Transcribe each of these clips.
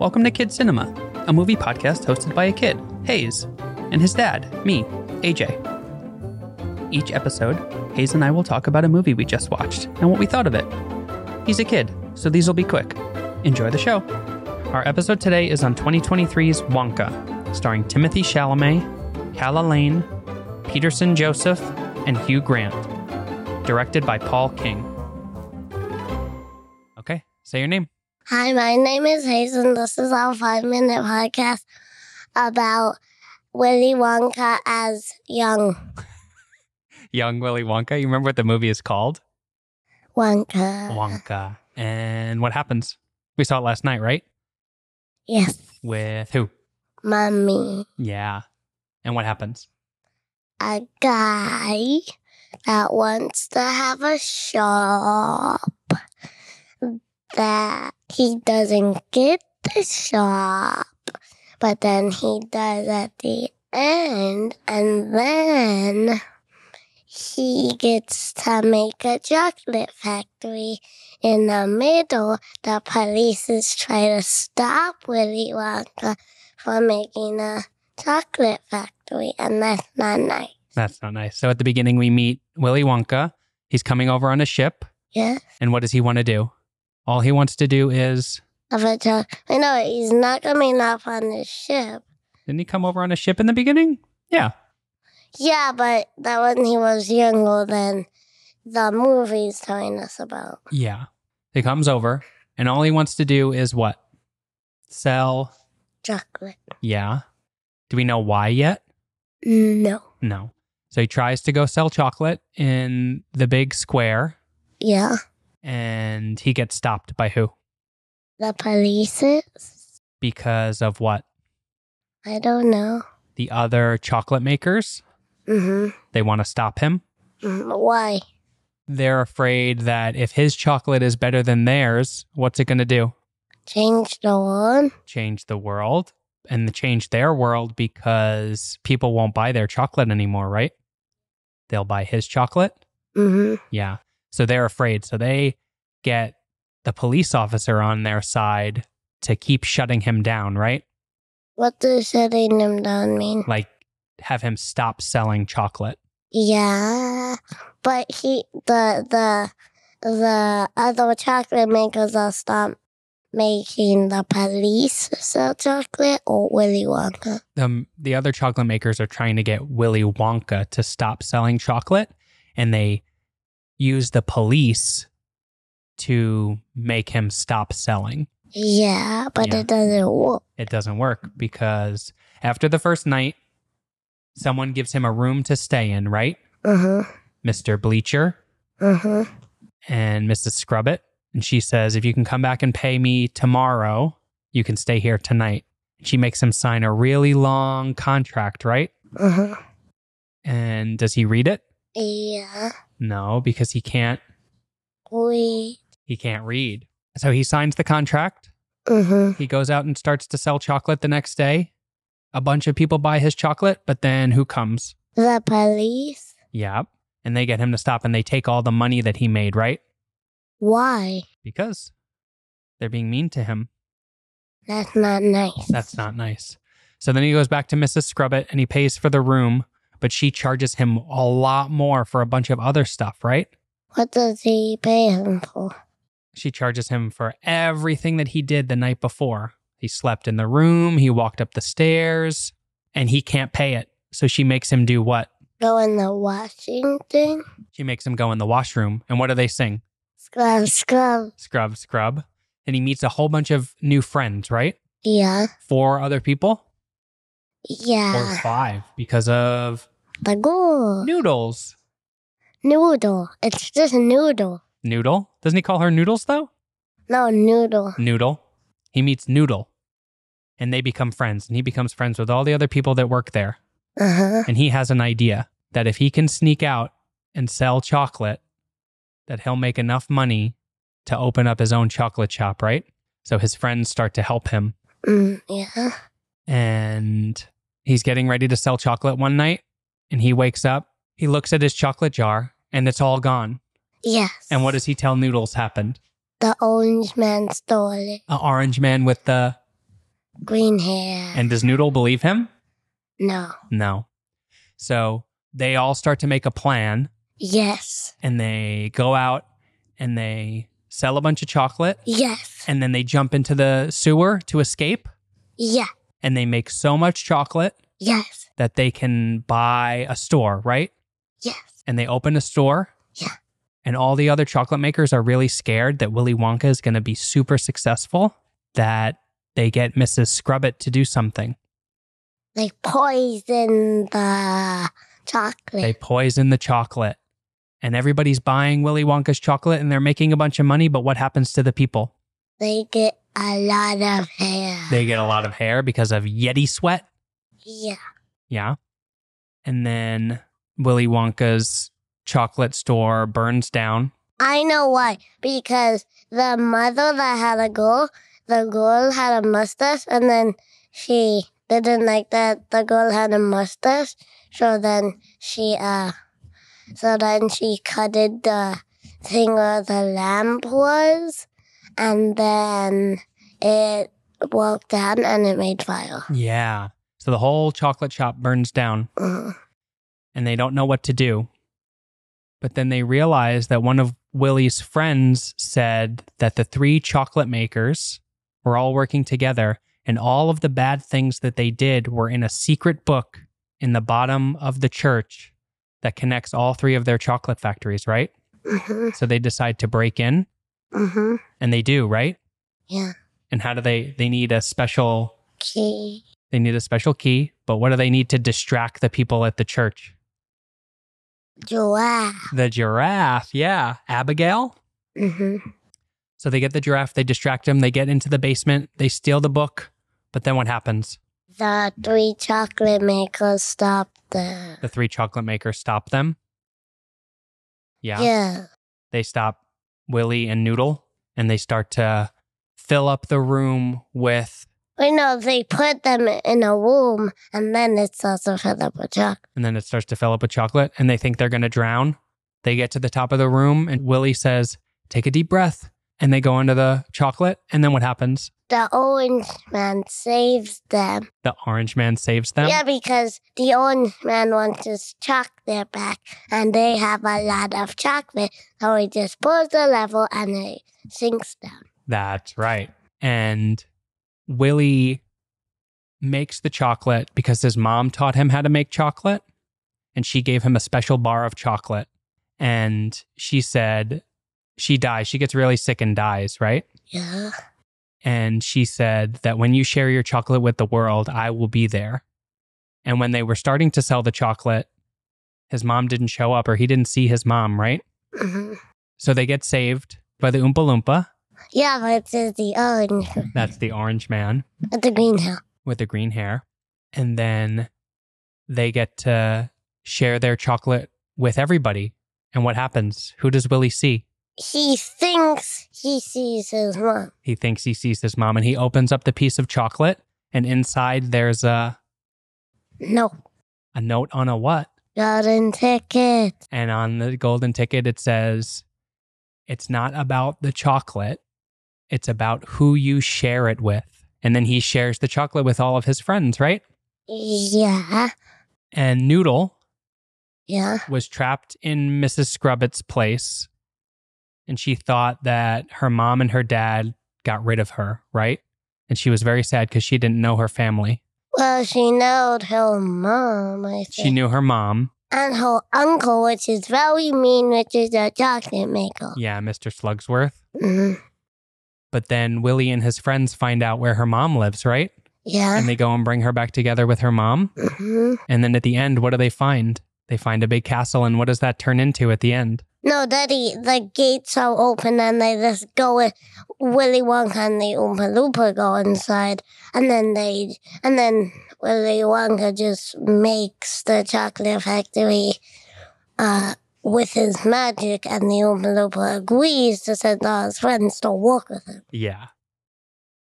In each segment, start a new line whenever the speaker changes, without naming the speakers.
Welcome to Kid Cinema, a movie podcast hosted by a kid, Hayes, and his dad, me, AJ. Each episode, Hayes and I will talk about a movie we just watched and what we thought of it. He's a kid, so these will be quick. Enjoy the show. Our episode today is on 2023's Wonka, starring Timothy Chalamet, Calla Lane, Peterson Joseph, and Hugh Grant. Directed by Paul King. Okay, say your name.
Hi, my name is Hazen. This is our five minute podcast about Willy Wonka as young
Young Willy Wonka. You remember what the movie is called?
Wonka.
Wonka. And what happens? We saw it last night, right?
Yes,
With who?
mommy.
Yeah. And what happens?
A guy that wants to have a shop that he doesn't get the shop, but then he does at the end, and then he gets to make a chocolate factory in the middle. The police is trying to stop Willy Wonka from making a chocolate factory, and that's not nice.
That's not nice. So at the beginning, we meet Willy Wonka. He's coming over on a ship.
Yeah.
And what does he want to do? All he wants to do is
Of a cho- I know he's not coming up on the ship.
didn't he come over on a ship in the beginning? Yeah.
Yeah, but that when he was younger than the movie's telling us about.
Yeah. He comes over and all he wants to do is what? Sell.
Chocolate.
Yeah. Do we know why yet?
No.
No. So he tries to go sell chocolate in the big square
Yeah.
and he gets stopped by who?
The police is?
Because of what?
I don't know.
The other chocolate makers.
Mm-hmm.
They want to stop him.
Why?
they're afraid that if his chocolate is better than theirs, what's it going to do?
Change the one?
Change the world and change their world because people won't buy their chocolate anymore, right? They'll buy his chocolate.
Mm-hmm.
Yeah. So they're afraid. So they get the police officer on their side to keep shutting him down, right?
What does shutting him down mean?
Like have him stop selling chocolate.
Yeah. But he the the the other chocolate makers will stop making the police sell chocolate or Willy Wonka.
the the other chocolate makers are trying to get Willy Wonka to stop selling chocolate, and they use the police to make him stop selling.
Yeah, but
Yeah.
it doesn't work.
It doesn't work because after the first night, someone gives him a room to stay in, right?
Uh-huh.
Mm-hmm, Mr. Bleacher mm-hmm,
Uh-huh.
and Mrs. Scrubbit. And she says, if you can come back and pay me tomorrow, you can stay here tonight. She makes him sign a really long contract, right? mm-hmm.
Uh-huh.
And does he read it?
Yeah.
No, because he can't
We
he can't read. So he signs the contract.
uh-huh.
He goes out and starts to sell chocolate the next day. A bunch of people buy his chocolate, but then who comes?
The police?
Yep. And they get him to stop and they take all the money that he made, right?
Why?
Because they're being mean to him.
That's not nice.
That's not nice. So then he goes back to Mrs. Scrubbit and he pays for the room, but she charges him a lot more for a bunch of other stuff, right?
What does he pay him for?
She charges him for everything that he did the night before. He slept in the room, he walked up the stairs, and he can't pay it. So she makes him do what?
Go in the washing thing?
She makes him go in the washroom. And what do they sing?
Scrub, scrub.
Scrub, scrub. And he meets a whole bunch of new friends, right?
Yeah.
Four other people or
Yeah.
five because of
The goal.
noodles.
Noodle. It's just noodle.
Noodle? Doesn't he call her noodles though?
No, noodle.
Noodle. He meets Noodle and they become friends. And he becomes friends with all the other people that work there.
Uh huh.
and he has an idea that if he can sneak out and sell chocolate that he'll make enough money to open up his own chocolate shop right so his friends start to help him
Mm, yeah.
and he's getting ready to sell chocolate one night and he wakes up he looks at his chocolate jar and it's all gone
Yes.
and what does he tell noodles happened
The orange man stole it.
a orange man with the
green hair.
And does Noodle believe him?
no.
No. So they all start to make a plan
Yes.
and they go out and they sell a bunch of chocolate
Yes.
and then they jump into the sewer to escape
Yeah.
and they make so much chocolate
Yes.
that they can buy a store, right?
Yes.
And they open a store.
Yeah.
And all the other chocolate makers are really scared that Willy Wonka is going to be super successful, that they get Mrs. Scrubbit to do something.
They poison the chocolate.
They poison the chocolate. And everybody's buying Willy Wonka's chocolate and they're making a bunch of money, but what happens to the people?
They get a lot of hair.
They get a lot of hair because of Yeti sweat.
yeah.
Yeah. And then Willy Wonka's chocolate store burns down.
I know why. Because the mother that had a girl, the girl had a mustache, and then she didn't like that the girl had a mustache. So then she, uh, so then she cutted the thing where the lamp was, and then it walked down and it made fire.
Yeah. So the whole chocolate shop burns down
Mhm.
and they don't know what to do. But then they realize that one of Willy's friends said that the three chocolate makers were all working together and all of the bad things that they did were in a secret book in the bottom of the church that connects all three of their chocolate factories, right?
Mhm.
So they decide to break in
Mhm.
and they do, right?
Yeah.
And how do they they need a special
Okay.
they need a special key, but what do they need to distract the people at the church?
Giraffe.
The giraffe, yeah. Abigail?
Mhm.
So they get the giraffe, they distract him, they get into the basement, they steal the book, but then what happens?
The three chocolate makers stopped them.
The three chocolate makers stop them. Yeah.
Yeah.
They stop Willie and Noodle and they start to fill up the room with
We know they put them in a room and then it's also filled up with chocolate.
and then it starts to fill up with chocolate and they think they're going to drown. They get to the top of the room and Willie says, "Take a deep breath." And they go into the chocolate and then what happens?
The orange man saves them.
The orange man saves them.
Yeah, because the orange man wants his chocolate back and they have a lot of chocolate. So he just pulls the level and it sinks them.
That's right. And Willie makes the chocolate because his mom taught him how to make chocolate and she gave him a special bar of chocolate. And she said, she dies. She gets really sick and dies, right?
Yeah.
And she said that when you share your chocolate with the world, I will be there. And when they were starting to sell the chocolate, his mom didn't show up or he didn't see his mom, right?
hmm
So they get saved by the Oompa Loompa.
Yeah, but it's just the orange,
That's the orange man.
the green hill.
with the green hair. And then they get to share their chocolate with everybody. And what happens? Who does Willie see?
He thinks he sees his mom.
He thinks he sees his mom and he opens up the piece of chocolate. And inside there's a,
No,
a note on a what?
golden ticket.
And on the golden ticket, it says, It's not about the chocolate, it's about who you share it with. And then he shares the chocolate with all of his friends, right?
Yeah,
And Noodle,
yeah.
was trapped in Mrs. Scrubbett's place, and she thought that her mom and her dad got rid of her, right? And she was very sad because she didn't know her family.
Well, she knowed her mom, I think.
She knew her mom,
And her uncle, which is very mean, which is a chocolate maker.
yeah, Mr. Slugsworth.
hmm
But then Willie and his friends find out where her mom lives, right?
Yeah.
And they go and bring her back together with her mom.
hmm
And then at the end, what do they find? They find a big castle, and what does that turn into at the end?
No, Daddy, the gates are open and they just go with Willy Wonka and the Oompa Loompa go inside. And then they, and then Willy Wonka just makes the chocolate factory uh, with his magic and the Oompa Loompa agrees to send all his friends to work with him.
Yeah.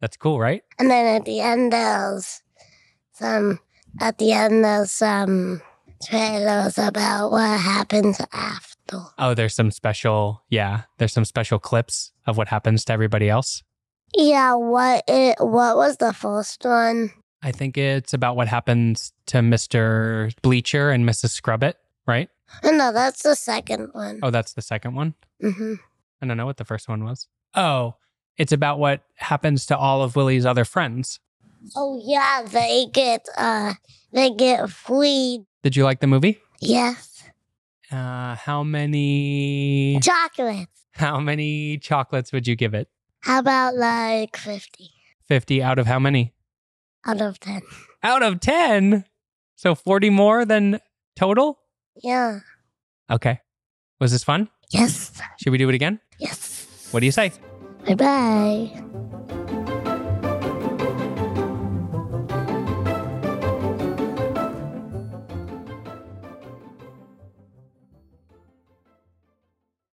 That's cool, right?
And then at the end, there's some. At the end, there's some trailers about what happens after.
Oh, there's some special, yeah, there's some special clips of what happens to everybody else.
Yeah, what it what was the first one?
I think it's about what happens to Mr. Bleacher and Mrs. Scrubbit, right?
Oh, No, that's the second one.
Oh, that's the second one.
hmm
I don't know what the first one was. Oh, it's about what happens to all of Willie's other friends.
Oh yeah, they get uh they get freed.
Did you like the movie?
Yes.
Uh, how many
Chocolate.
how many chocolates would you give it?
How about like fifty
50 out of how many?
out of ten?
Out of 10. So 40 more than total?
Yeah.
Okay. Was this fun?
Yes.
Should we do it again?
Yes.
What do you say?
Bye bye.